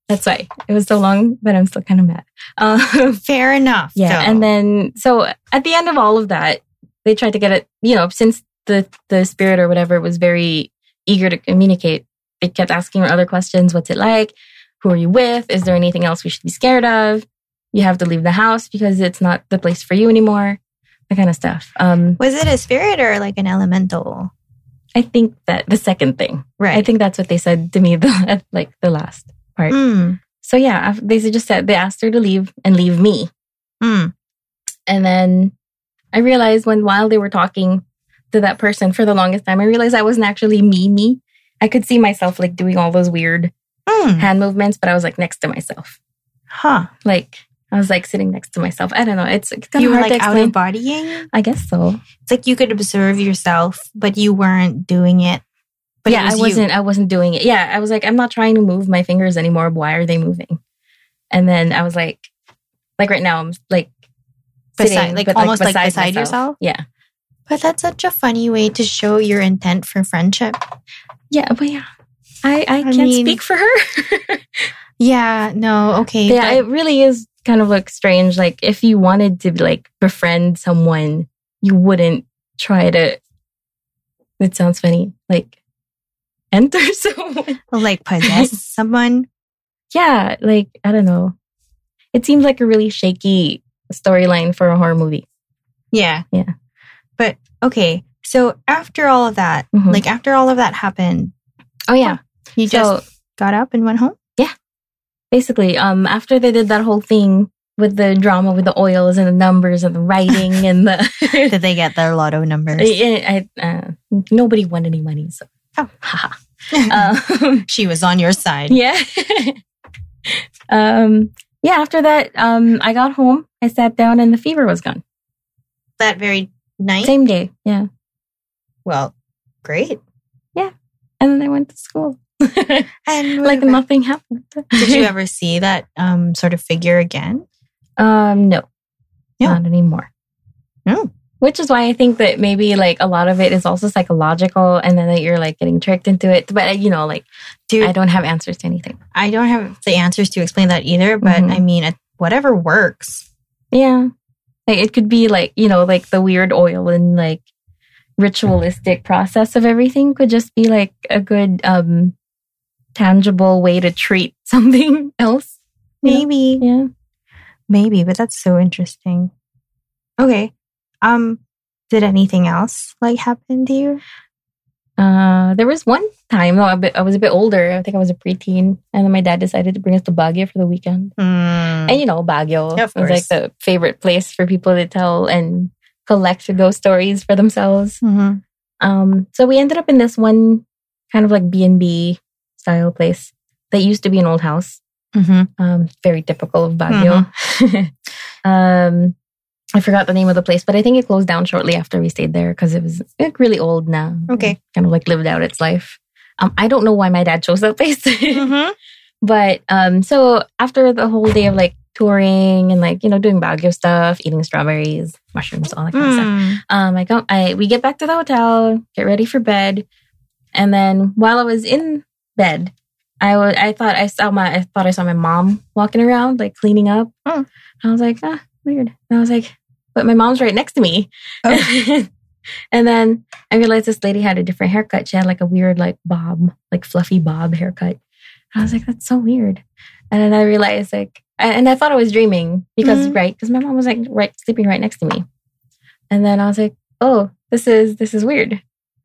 Speaker 2: that's why it was so long, but I'm still kind of mad. Um,
Speaker 1: Fair enough.
Speaker 2: yeah,
Speaker 1: though.
Speaker 2: and then so at the end of all of that, they tried to get it. You know, since the the spirit or whatever was very eager to communicate, they kept asking her other questions. What's it like? Who are you with? Is there anything else we should be scared of? You have to leave the house because it's not the place for you anymore. That kind of stuff. Um,
Speaker 1: was it a spirit or like an elemental?
Speaker 2: I think that the second thing.
Speaker 1: Right.
Speaker 2: I think that's what they said to me. The like the last part.
Speaker 1: Mm,
Speaker 2: So yeah, af- they just said they asked her to leave and leave me.
Speaker 1: mm.
Speaker 2: And then I realized when while they were talking to that person for the longest time, I realized I wasn't actually me, me. I could see myself like doing all those weird
Speaker 1: Mm.
Speaker 2: hand movements, but I was like next to myself.
Speaker 1: Huh.
Speaker 2: Like I was like sitting next to myself. I don't know. It's, it's kind
Speaker 1: You
Speaker 2: of
Speaker 1: were
Speaker 2: hard to
Speaker 1: like out
Speaker 2: explain.
Speaker 1: of bodying?
Speaker 2: I guess so.
Speaker 1: It's like you could observe yourself, but you weren't doing it. But it
Speaker 2: But yeah,
Speaker 1: was
Speaker 2: I
Speaker 1: you.
Speaker 2: wasn't. I wasn't doing it. Yeah, I was like, I'm not trying to move my fingers anymore. Why are they moving? And then I was like, like right now, I'm like
Speaker 1: Beside-
Speaker 2: sitting,
Speaker 1: like
Speaker 2: but,
Speaker 1: almost like beside
Speaker 2: myself.
Speaker 1: yourself?
Speaker 2: Yeah.
Speaker 1: But that's such a funny way to show your intent for friendship.
Speaker 2: Yeah, but yeah, I I, can't
Speaker 1: mean-
Speaker 2: speak for her.
Speaker 1: Yeah, no, okay.
Speaker 2: yeah,
Speaker 1: but-
Speaker 2: it really is kind of like strange. Like if you wanted to like befriend someone, you wouldn't try to. It sounds funny, like enter someone.
Speaker 1: like possess someone.
Speaker 2: Yeah, like I don't know. It seems like a really shaky storyline for a horror movie.
Speaker 1: Yeah.
Speaker 2: Yeah.
Speaker 1: But okay. So after all of that,
Speaker 2: Mhm.
Speaker 1: like after all of that happened,
Speaker 2: oh yeah,
Speaker 1: you
Speaker 2: so
Speaker 1: just got up and went home?
Speaker 2: basically, um, after they did that whole thing with the drama with the oils and the numbers and the writing and the
Speaker 1: Did they get their lotto numbers?
Speaker 2: I, I, uh, nobody won any money, so
Speaker 1: Oh.
Speaker 2: haha. um,
Speaker 1: Uh, she was on your side.
Speaker 2: yeah, um, yeah. After that, um, I got home. I sat down, and the fever was gone.
Speaker 1: That very night.
Speaker 2: Same day, yeah.
Speaker 1: Well, great.
Speaker 2: And then I went to school,
Speaker 1: And
Speaker 2: like
Speaker 1: what about-
Speaker 2: nothing happened.
Speaker 1: did you ever see that um sort of figure again?
Speaker 2: Um, no,
Speaker 1: Yeah.
Speaker 2: not anymore.
Speaker 1: No.
Speaker 2: Which is why I think that maybe like a lot of it is also psychological, and then that you're like getting tricked into it. But you know, like
Speaker 1: Dude,
Speaker 2: I
Speaker 1: I don't,
Speaker 2: don't have answers to anything.
Speaker 1: have the answers to explain that either, but
Speaker 2: Mhm.
Speaker 1: I mean, it- whatever works.
Speaker 2: Yeah. Like it could be like, you know, like the weird oil and like ritualistic process of everything could just be like a good um tangible way to treat something else.
Speaker 1: Maybe.
Speaker 2: Yeah.
Speaker 1: Maybe, but that's so interesting. Okay. Um, did anything else like happen to you?
Speaker 2: Uh, there was one time though, I bit- I was a bit older. I think I was a preteen, and then my dad decided to bring us to Baguio for the weekend. And you know, Baguio
Speaker 1: Mm. Yeah, of
Speaker 2: was
Speaker 1: course.
Speaker 2: like the favorite place for people to tell and collect their ghost stories for themselves.
Speaker 1: Mhm.
Speaker 2: Um, so we ended up in this one kind of like B and B style place that used to be an old house.
Speaker 1: Mhm.
Speaker 2: Um, very typical of Baguio.
Speaker 1: Mm-hmm.
Speaker 2: um, I forgot the name of the place, but I think it closed down shortly after we stayed there because it was like really old now.
Speaker 1: Okay.
Speaker 2: It kind of like lived out its life. Um, I don't know why my dad chose that place,
Speaker 1: Mhm.
Speaker 2: but um, so after the whole day of like touring and like you know doing Baguio stuff, eating strawberries, mushrooms, all that kind of stuff.
Speaker 1: Mm.
Speaker 2: Um, I come, I we get back to the hotel, get ready for bed, and then while I was in bed, I wa- I thought I saw my I thought I saw my mom walking around like cleaning up.
Speaker 1: Hmm.
Speaker 2: I was like, ah, weird. And I was like, but my mom's right next to me. and then I realized this lady had a different haircut. She had like a weird like bob, like fluffy bob haircut. I was like, that's so weird. And then I realized like, and and I thought I was dreaming because
Speaker 1: Mhm.
Speaker 2: right because my mom was like right sleeping right next to me. And then I was like, oh, this is this is weird.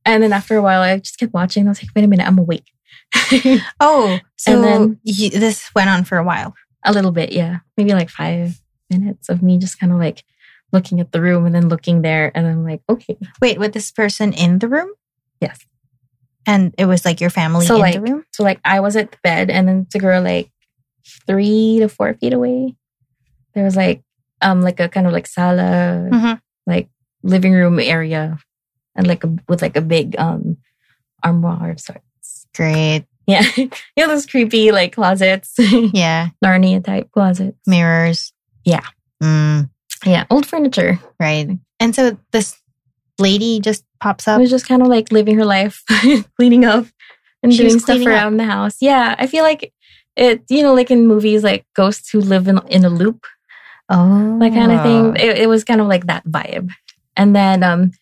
Speaker 2: And then after a while, I just kept watching. I was like, wait a minute, I'm awake.
Speaker 1: Oh, so
Speaker 2: then-
Speaker 1: you, this went on for a while.
Speaker 2: a little bit, yeah, maybe like five minutes of me just kind of like looking at the room and then looking there, and I'm like, okay,
Speaker 1: Wait, with this person in the room?
Speaker 2: yes.
Speaker 1: And it was like your family
Speaker 2: So,
Speaker 1: in
Speaker 2: like-
Speaker 1: the room?
Speaker 2: So like I was at the bed, and then to girl like three to four feet away, there was like um like a kind of like sala,
Speaker 1: Mhm.
Speaker 2: like living room area, and like a, with like a big um armoire of sorts.
Speaker 1: Great.
Speaker 2: Yeah. you know those creepy like closets,
Speaker 1: Yeah.
Speaker 2: Narnia type closets.
Speaker 1: Mirrors.
Speaker 2: Yeah.
Speaker 1: Mm,
Speaker 2: Yeah, old furniture.
Speaker 1: right. And so this lady just pops
Speaker 2: I
Speaker 1: up.
Speaker 2: was just kind of like living her life, cleaning up and
Speaker 1: She was
Speaker 2: doing stuff
Speaker 1: cleaning up.
Speaker 2: around the house. Yeah, I feel like it, you know, like in movies, like ghosts who live in, in a loop,
Speaker 1: Oh.
Speaker 2: that kind of thing. It, it was kind of like that vibe. And then, um,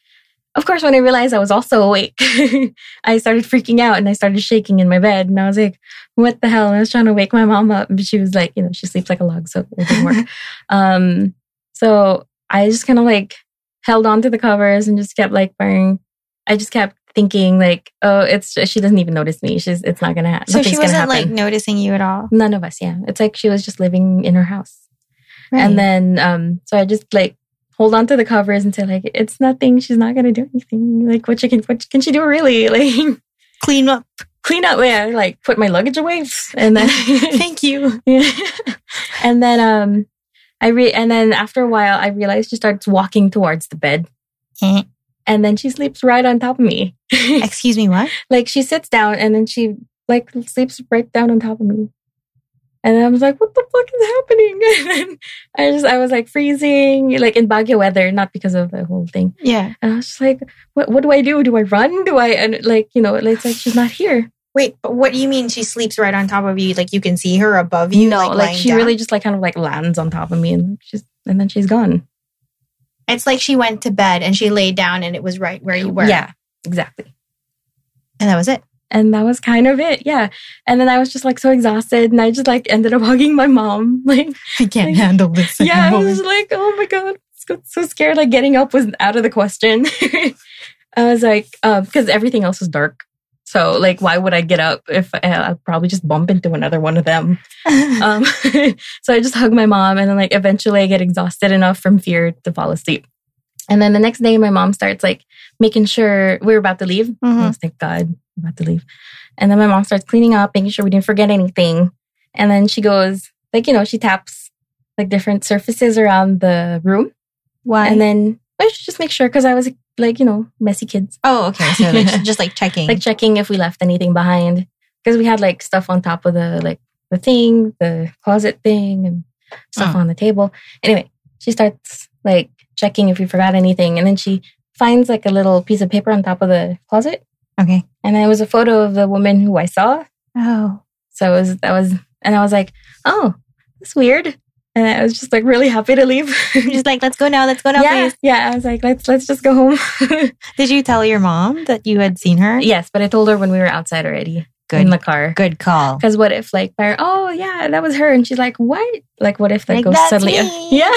Speaker 2: of course, when I realized I was also awake, I started freaking out and I started shaking in my bed. And I was like, what the hell? And I was trying to wake my mom up. But she was like, you know, she sleeps like a log, so it didn't work. Um, so I just kind of like held on to the covers and just kept like burning. I just kept thinking like, oh, it's she doesn't even notice me. She's it's not gonna happen.
Speaker 1: so she
Speaker 2: gonna
Speaker 1: wasn't
Speaker 2: happen.
Speaker 1: like noticing you at all.
Speaker 2: none of us. Yeah, it's like she was just living in her house.
Speaker 1: Right.
Speaker 2: And then um, so I just like hold on to the covers and say like, it's nothing. She's not gonna do anything. Like what she can what can she do really? Like
Speaker 1: clean up.
Speaker 2: clean up. Yeah, like put my luggage away and then
Speaker 1: Thank you.
Speaker 2: yeah. and then um I re and then after a while I realized she starts walking towards the bed.
Speaker 1: Eh.
Speaker 2: and then she sleeps right on top of me.
Speaker 1: Excuse me, what?
Speaker 2: like she sits down and then she like sleeps right down on top of me. And I was like, what the fuck is happening? And then I just I was like freezing, like in Baguio weather, not because of the whole thing.
Speaker 1: Yeah.
Speaker 2: And I was just like, what what do I do? Do I run? Do I and like, you know, it's like she's not here.
Speaker 1: Wait, but what do you mean she sleeps right on top of you? Like you can see her above you?
Speaker 2: no, like,
Speaker 1: lying
Speaker 2: she
Speaker 1: down?
Speaker 2: really just like kind of like lands on top of me and she's and then she's gone.
Speaker 1: It's like she went to bed and she laid down and it was right where you were.
Speaker 2: Yeah, exactly.
Speaker 1: And that was it.
Speaker 2: And that was kind of it. Yeah. And then I was just like so exhausted and I just like ended up hugging my mom. Like,
Speaker 1: I can't
Speaker 2: Like-
Speaker 1: handle this.
Speaker 2: yeah, I
Speaker 1: anymore.
Speaker 2: was like, oh my God, so, so scared. Like getting up was out of the question. I was like, because everything else was dark. So like, why would I get up if I, I'd probably just bump into another one of them? Um, so I just hug my mom, and then like eventually I get exhausted enough from fear to fall asleep. And then the next day, my mom starts like making sure we're about to leave. I
Speaker 1: Mhm.
Speaker 2: was, Oh, thank God, I'm about to leave. And then my mom starts cleaning up, making sure we didn't forget anything. And then she goes, like, you know, she taps like different surfaces around the room,
Speaker 1: Why?
Speaker 2: and then I should just make sure because I was like, you know, messy kids,
Speaker 1: oh, okay. So like, she's just like checking.
Speaker 2: like checking if we left anything behind because we had like stuff on top of the like the thing, the closet thing, and stuff
Speaker 1: Oh.
Speaker 2: on the table. Anyway, she starts like checking if we forgot anything, and then she finds like a little piece of paper on top of the closet
Speaker 1: okay.
Speaker 2: and it was a photo of the woman who I saw.
Speaker 1: Oh,
Speaker 2: So it was that was, and I was like, oh, that's weird. And I was just like really happy to leave.
Speaker 1: you're just like let's go now. Let's go now,
Speaker 2: yeah,
Speaker 1: please.
Speaker 2: yeah. I was like, let's let's just go home.
Speaker 1: Did you tell your mom that you had seen her?
Speaker 2: yes, but I told her when we were outside already.
Speaker 1: Good,
Speaker 2: in the car.
Speaker 1: good call.
Speaker 2: Because what if like, my- oh yeah, that was her, and she's like, what? Like, what if that
Speaker 1: Like,
Speaker 2: goes
Speaker 1: "That's
Speaker 2: suddenly?
Speaker 1: me."
Speaker 2: Yeah,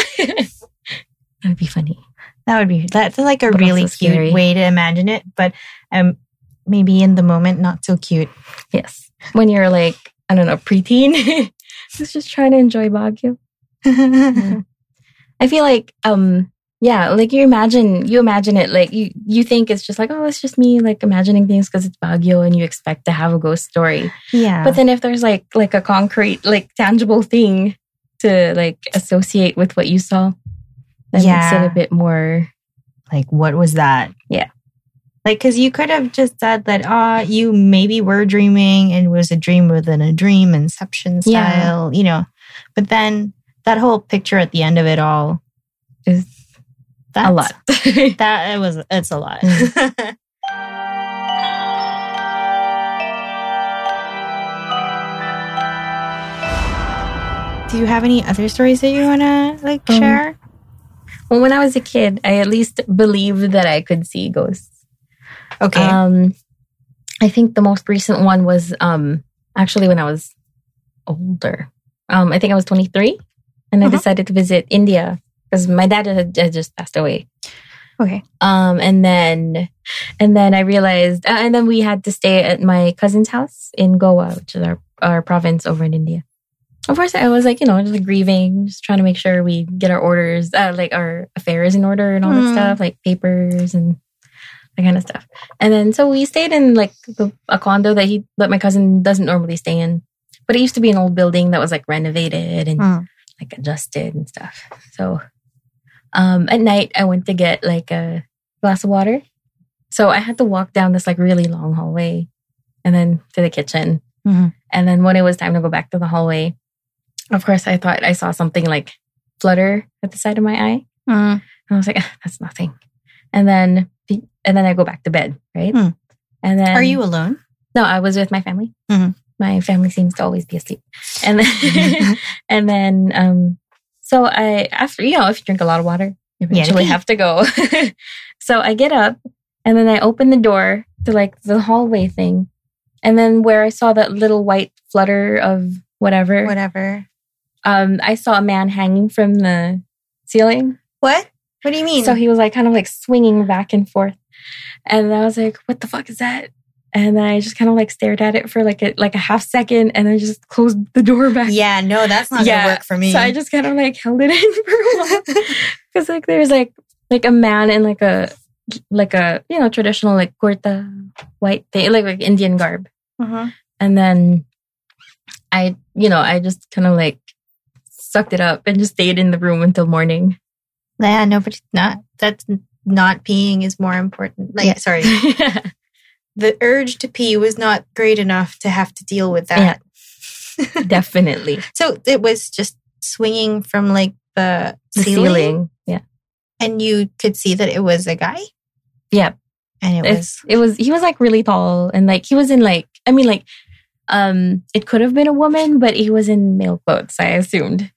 Speaker 2: that would be funny.
Speaker 1: That would be that's like a
Speaker 2: But
Speaker 1: really
Speaker 2: also
Speaker 1: cute
Speaker 2: scary.
Speaker 1: way to imagine it, but um, maybe in the moment not so cute.
Speaker 2: Yes, when you're like, I don't know, preteen, who's just trying to enjoy Baguio. I feel like um yeah, like you imagine you imagine it like you you think it's just like oh it's just me like imagining things because it's Baguio and you expect to have a ghost story.
Speaker 1: yeah,
Speaker 2: But then if there's like like a concrete like tangible thing to like associate with what you saw, that makes
Speaker 1: Yeah.
Speaker 2: it a bit more
Speaker 1: like what was that?
Speaker 2: Yeah.
Speaker 1: like because you could have just said that ah, you maybe were dreaming and it was a dream within a dream, Inception
Speaker 2: Yeah.
Speaker 1: style, you know. But then that whole picture at the end of it all
Speaker 2: Is
Speaker 1: that's,
Speaker 2: a lot.
Speaker 1: That it was it's a lot. Do you have any other stories that you wanna like
Speaker 2: Um,
Speaker 1: share?
Speaker 2: well, when I was a kid, I at least believed that I could see ghosts.
Speaker 1: Okay.
Speaker 2: Um, I think the most recent one was um, actually when I was older. Um, I think I was 23, and I
Speaker 1: Uh-huh.
Speaker 2: decided to visit India because my dad had, had just passed away.
Speaker 1: okay.
Speaker 2: Um, and then, and then I realized, uh, and then we had to stay at my cousin's house in Goa, which is our our province over in India. Of course, I was like, you know, just like grieving, just trying to make sure we get our orders, uh, like our affairs in order and all
Speaker 1: Mm.
Speaker 2: that stuff, like papers and that kind of stuff. And then so we stayed in like the, a condo that he that my cousin doesn't normally stay in, but it used to be an old building that was like renovated and
Speaker 1: Mm.
Speaker 2: like adjusted and stuff. So um, at night I went to get like a glass of water. So I had to walk down this like really long hallway and then to the kitchen.
Speaker 1: Mhm.
Speaker 2: And then when it was time to go back to the hallway, of course I thought I saw something like flutter at the side of my eye.
Speaker 1: Mm.
Speaker 2: And I was like, "Ah, that's nothing. And then and then I go back to bed, right?
Speaker 1: Hmm.
Speaker 2: And then
Speaker 1: Are you alone?
Speaker 2: no, I was with my family.
Speaker 1: Mhm.
Speaker 2: My family seems to always be asleep. And then, and then, um, so I, after, you know, if you drink a lot of water, you
Speaker 1: Yeah,
Speaker 2: eventually
Speaker 1: pee.
Speaker 2: have to go. so I get up and then I open the door to like the hallway thing. And then where I saw that little white flutter of whatever,
Speaker 1: Whatever.
Speaker 2: um, I saw a man hanging from the ceiling.
Speaker 1: What? What do you mean?
Speaker 2: So he was like kind of like swinging back and forth. And I was like, what the fuck is that? And then I just kind of like stared at it for like a like a half second and then just closed the door back.
Speaker 1: yeah, no, that's not
Speaker 2: Yeah,
Speaker 1: gonna work for me.
Speaker 2: So I just kind of like held it in for a while. Cause like there's like like a man in like a like a you know traditional like kurta white thing like like Indian garb.
Speaker 1: Mhm.
Speaker 2: And then I, you know, I just kind of like sucked it up and just stayed in the room until morning.
Speaker 1: Yeah, no, but it's not that's not peeing is more important. Like
Speaker 2: Yeah.
Speaker 1: sorry.
Speaker 2: yeah.
Speaker 1: The urge to pee was not great enough to have to deal with that.
Speaker 2: Definitely.
Speaker 1: So it was just swinging from like the,
Speaker 2: The
Speaker 1: ceiling,
Speaker 2: ceiling. Yeah.
Speaker 1: and you could see that it was a guy.
Speaker 2: Yeah.
Speaker 1: and it
Speaker 2: it's,
Speaker 1: was
Speaker 2: it was he was like really tall and like he was in like I mean like um it could have been a woman but he was in male clothes I assumed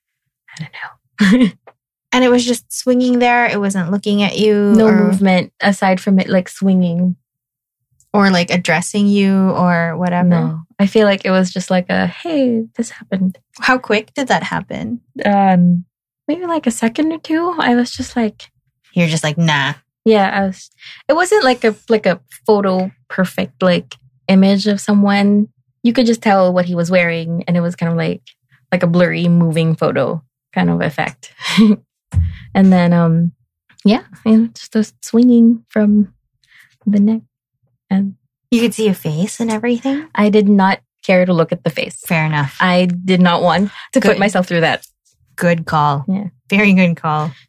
Speaker 2: I don't know
Speaker 1: and it was just swinging there. It wasn't looking at you,
Speaker 2: no
Speaker 1: or,
Speaker 2: movement aside from it like swinging
Speaker 1: or like addressing you, or whatever.
Speaker 2: no I feel like it was just like a hey this happened
Speaker 1: How quick did that happen?
Speaker 2: um maybe like a second or two I was just like
Speaker 1: You're just like nah.
Speaker 2: yeah I was it wasn't like a like a photo perfect like image of someone you could just tell what he was wearing and it was kind of like like a blurry moving photo kind of effect and then um yeah and just those swinging from the neck and
Speaker 1: You could see a face and everything.
Speaker 2: i did not care to look at the face
Speaker 1: Fair enough.
Speaker 2: i did not want to
Speaker 1: Good.
Speaker 2: put myself through that
Speaker 1: Good call.
Speaker 2: Yeah.
Speaker 1: very good call.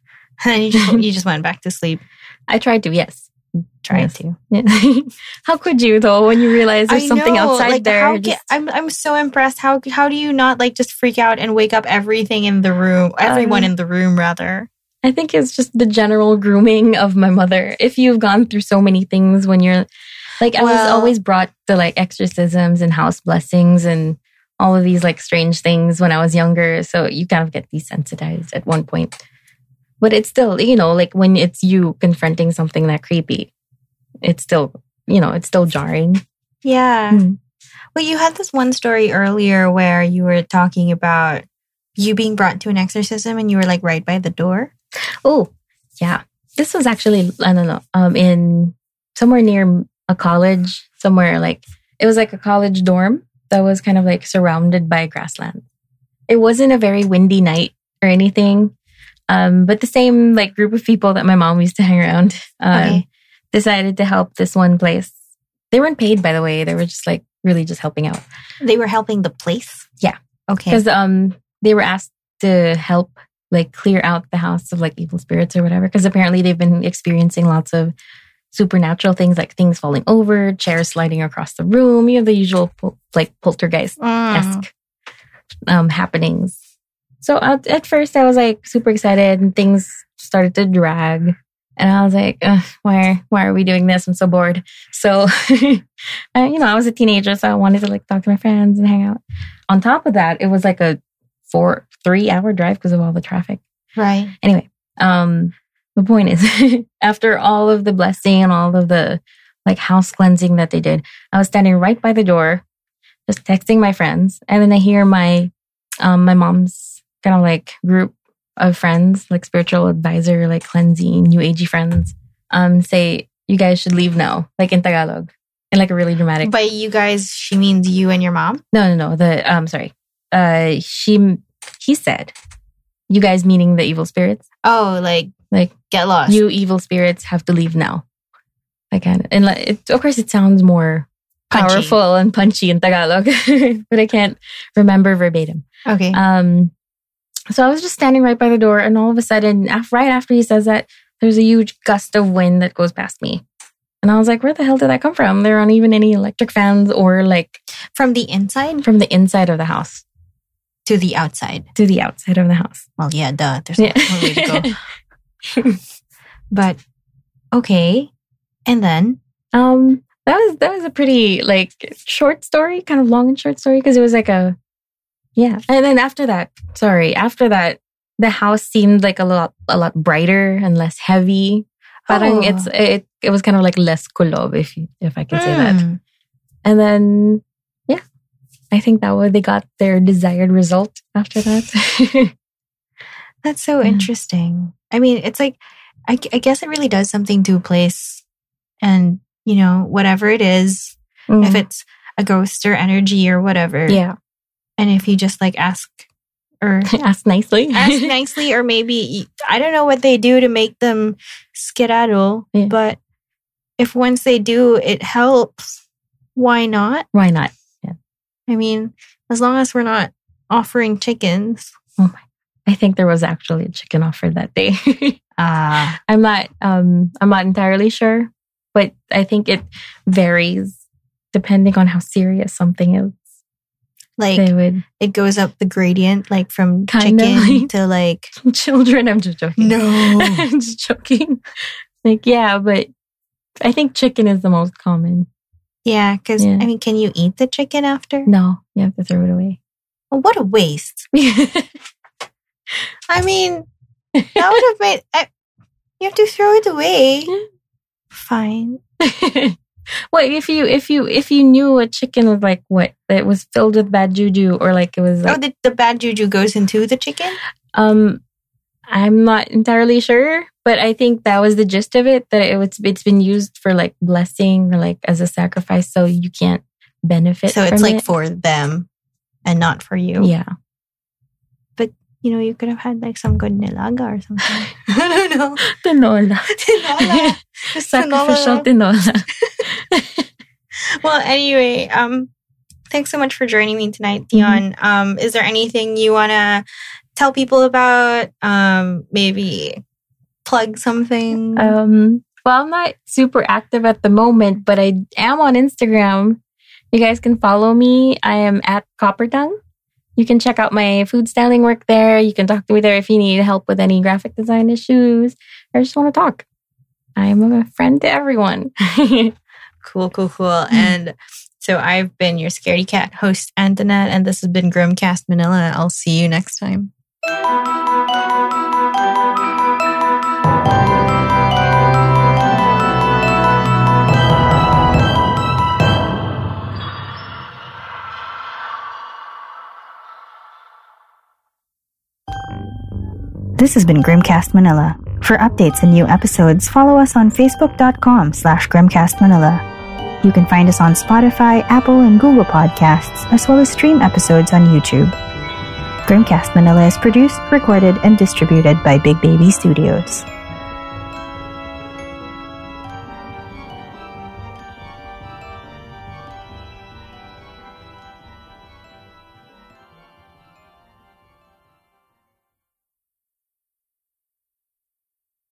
Speaker 1: And then you just you just went back to sleep.
Speaker 2: i tried to yes
Speaker 1: Trying
Speaker 2: Yes.
Speaker 1: to.
Speaker 2: Yeah. how could you though when you realize there's
Speaker 1: I
Speaker 2: something
Speaker 1: know,
Speaker 2: outside
Speaker 1: like,
Speaker 2: there
Speaker 1: How
Speaker 2: just-
Speaker 1: ca- I'm I'm so impressed. How how do you not like just freak out and wake up everything in the room? Everyone
Speaker 2: Um,
Speaker 1: in the room, rather.
Speaker 2: I think it's just the general grooming of my mother. If you've gone through so many things when you're like, I was
Speaker 1: Well-
Speaker 2: always brought to like exorcisms and house blessings and all of these like strange things when I was younger. So you kind of get desensitized at one point. But it's still, you know, like when it's you confronting something that creepy, it's still, you know, it's still jarring.
Speaker 1: Yeah.
Speaker 2: Mm.
Speaker 1: Hmm. Well, you had this one story earlier where you were talking about you being brought to an exorcism and you were like right by the door.
Speaker 2: Oh, yeah. This was actually I don't know. Um, in somewhere near a college, somewhere like it was like a college dorm that was kind of like surrounded by grassland. It wasn't a very windy night or anything, um, but the same like group of people that my mom used to hang around um,
Speaker 1: Okay.
Speaker 2: decided to help this one place. They weren't paid, by the way. They were just like really just helping out.
Speaker 1: They were helping the place.
Speaker 2: Yeah.
Speaker 1: Okay.
Speaker 2: because um they were asked to help like clear out the house of like evil spirits or whatever because apparently they've been experiencing lots of supernatural things like things falling over chairs sliding across the room you know the usual pol- like poltergeist
Speaker 1: Mm.
Speaker 2: esque um, happenings. So at, at first, I was like super excited, and things started to drag, and I was like, "Ugh, "Why? Why are we doing this? I'm so bored." So, I, you know, I was a teenager, so I wanted to like talk to my friends and hang out. On top of that, it was like a four, three hour drive because of all the traffic.
Speaker 1: Right.
Speaker 2: Anyway, um, the point is, after all of the blessing and all of the like house cleansing that they did, I was standing right by the door, just texting my friends, and then I hear my um, my mom's kind of like group of friends, like spiritual advisor, like cleansing new agey friends, um, say you guys should leave now, like in Tagalog, in like a really dramatic.
Speaker 1: By you guys, she means you and your mom.
Speaker 2: No, no, no. The um, sorry. Uh, she he said, you guys meaning the evil spirits.
Speaker 1: Oh, like
Speaker 2: Like,
Speaker 1: get lost.
Speaker 2: you evil spirits have to leave now. I can't. And like, it, of course, it sounds more
Speaker 1: Punchy.
Speaker 2: powerful and punchy in Tagalog, but I can't remember verbatim.
Speaker 1: Okay.
Speaker 2: Um, so I was just standing right by the door, and all of a sudden, af- right after he says that, there's a huge gust of wind that goes past me. And I was like, where the hell did that come from? There aren't even any electric fans or like
Speaker 1: From the inside
Speaker 2: from the inside of the house
Speaker 1: to the outside.
Speaker 2: to the outside of the house.
Speaker 1: Well, yeah, duh. There's
Speaker 2: Yeah.
Speaker 1: no way to go. But okay. And then
Speaker 2: Um, that was that was a pretty like short story, kind of long and short story because it was like a yeah. And then after that, sorry, after that, the house seemed like a lot a lot brighter and less heavy. But
Speaker 1: Oh.
Speaker 2: it's it it was kind of like less kulob if you, if I can say that.
Speaker 1: Mm.
Speaker 2: And then yeah, I think that way they got their desired result after that.
Speaker 1: That's so
Speaker 2: Yeah.
Speaker 1: interesting. I mean, it's like, I, I guess it really does something to a place. And, you know, whatever it is, if it's a ghost or energy or whatever.
Speaker 2: yeah,
Speaker 1: And if you just like ask or
Speaker 2: ask nicely.
Speaker 1: ask nicely, or maybe, I don't know what they do to make them skedaddle,
Speaker 2: Yeah.
Speaker 1: but if once they do, it helps, why not?
Speaker 2: Why not?
Speaker 1: I mean, as long as we're not offering chickens.
Speaker 2: I think there was actually a chicken offered that day.
Speaker 1: Ah,
Speaker 2: I'm not um I'm not entirely sure, but I think it varies depending on how serious something is.
Speaker 1: like
Speaker 2: they would
Speaker 1: it goes up the gradient, like from
Speaker 2: Kind of
Speaker 1: chicken
Speaker 2: like-
Speaker 1: to like
Speaker 2: children, I'm just joking.
Speaker 1: no.
Speaker 2: I'm just joking. Like, yeah, but I think chicken is the most common.
Speaker 1: yeah, because
Speaker 2: Yeah.
Speaker 1: I mean, can you eat the chicken after?
Speaker 2: No, you have to throw it away.
Speaker 1: Oh, what a waste! I mean, that would have made I, you have to throw it away. Fine.
Speaker 2: well, if you if you if you knew a chicken was like what that was filled with bad juju or like it was like
Speaker 1: Oh, the, the bad juju goes into the chicken.
Speaker 2: Um, I'm not entirely sure, but I think that was the gist of it. That it was it's been used for like blessing or like as a sacrifice, so you can't benefit.
Speaker 1: so it's
Speaker 2: from
Speaker 1: like
Speaker 2: it.
Speaker 1: for them, and not for you.
Speaker 2: yeah,
Speaker 1: You know, you could have had like some good nilaga or something. I don't know.
Speaker 2: tinola,
Speaker 1: Tinola. Just
Speaker 2: sacrificial
Speaker 1: tinola.
Speaker 2: tinola.
Speaker 1: Well, anyway, um, thanks so much for joining me tonight, Dion. Um, is there anything you want to tell people about? Um, maybe plug something.
Speaker 2: Um, well, I'm not super active at the moment, but I am on Instagram. You guys can follow me. I am at Copper Tongue. You can check out my food styling work there. You can talk to me there if you need help with any graphic design issues or just want to talk. I'm a friend to everyone.
Speaker 1: cool, cool, cool. And so I've been your scaredy cat host, Antoinette, and this has been Grimcast Manila. I'll see you next time. This has been Grimcast Manila. For updates and new episodes, follow us on facebook.com slash grimcastmanila. You can find us on Spotify, Apple, and Google Podcasts, as well as stream episodes on YouTube. Grimcast Manila is produced, recorded, and distributed by Big Baby Studios.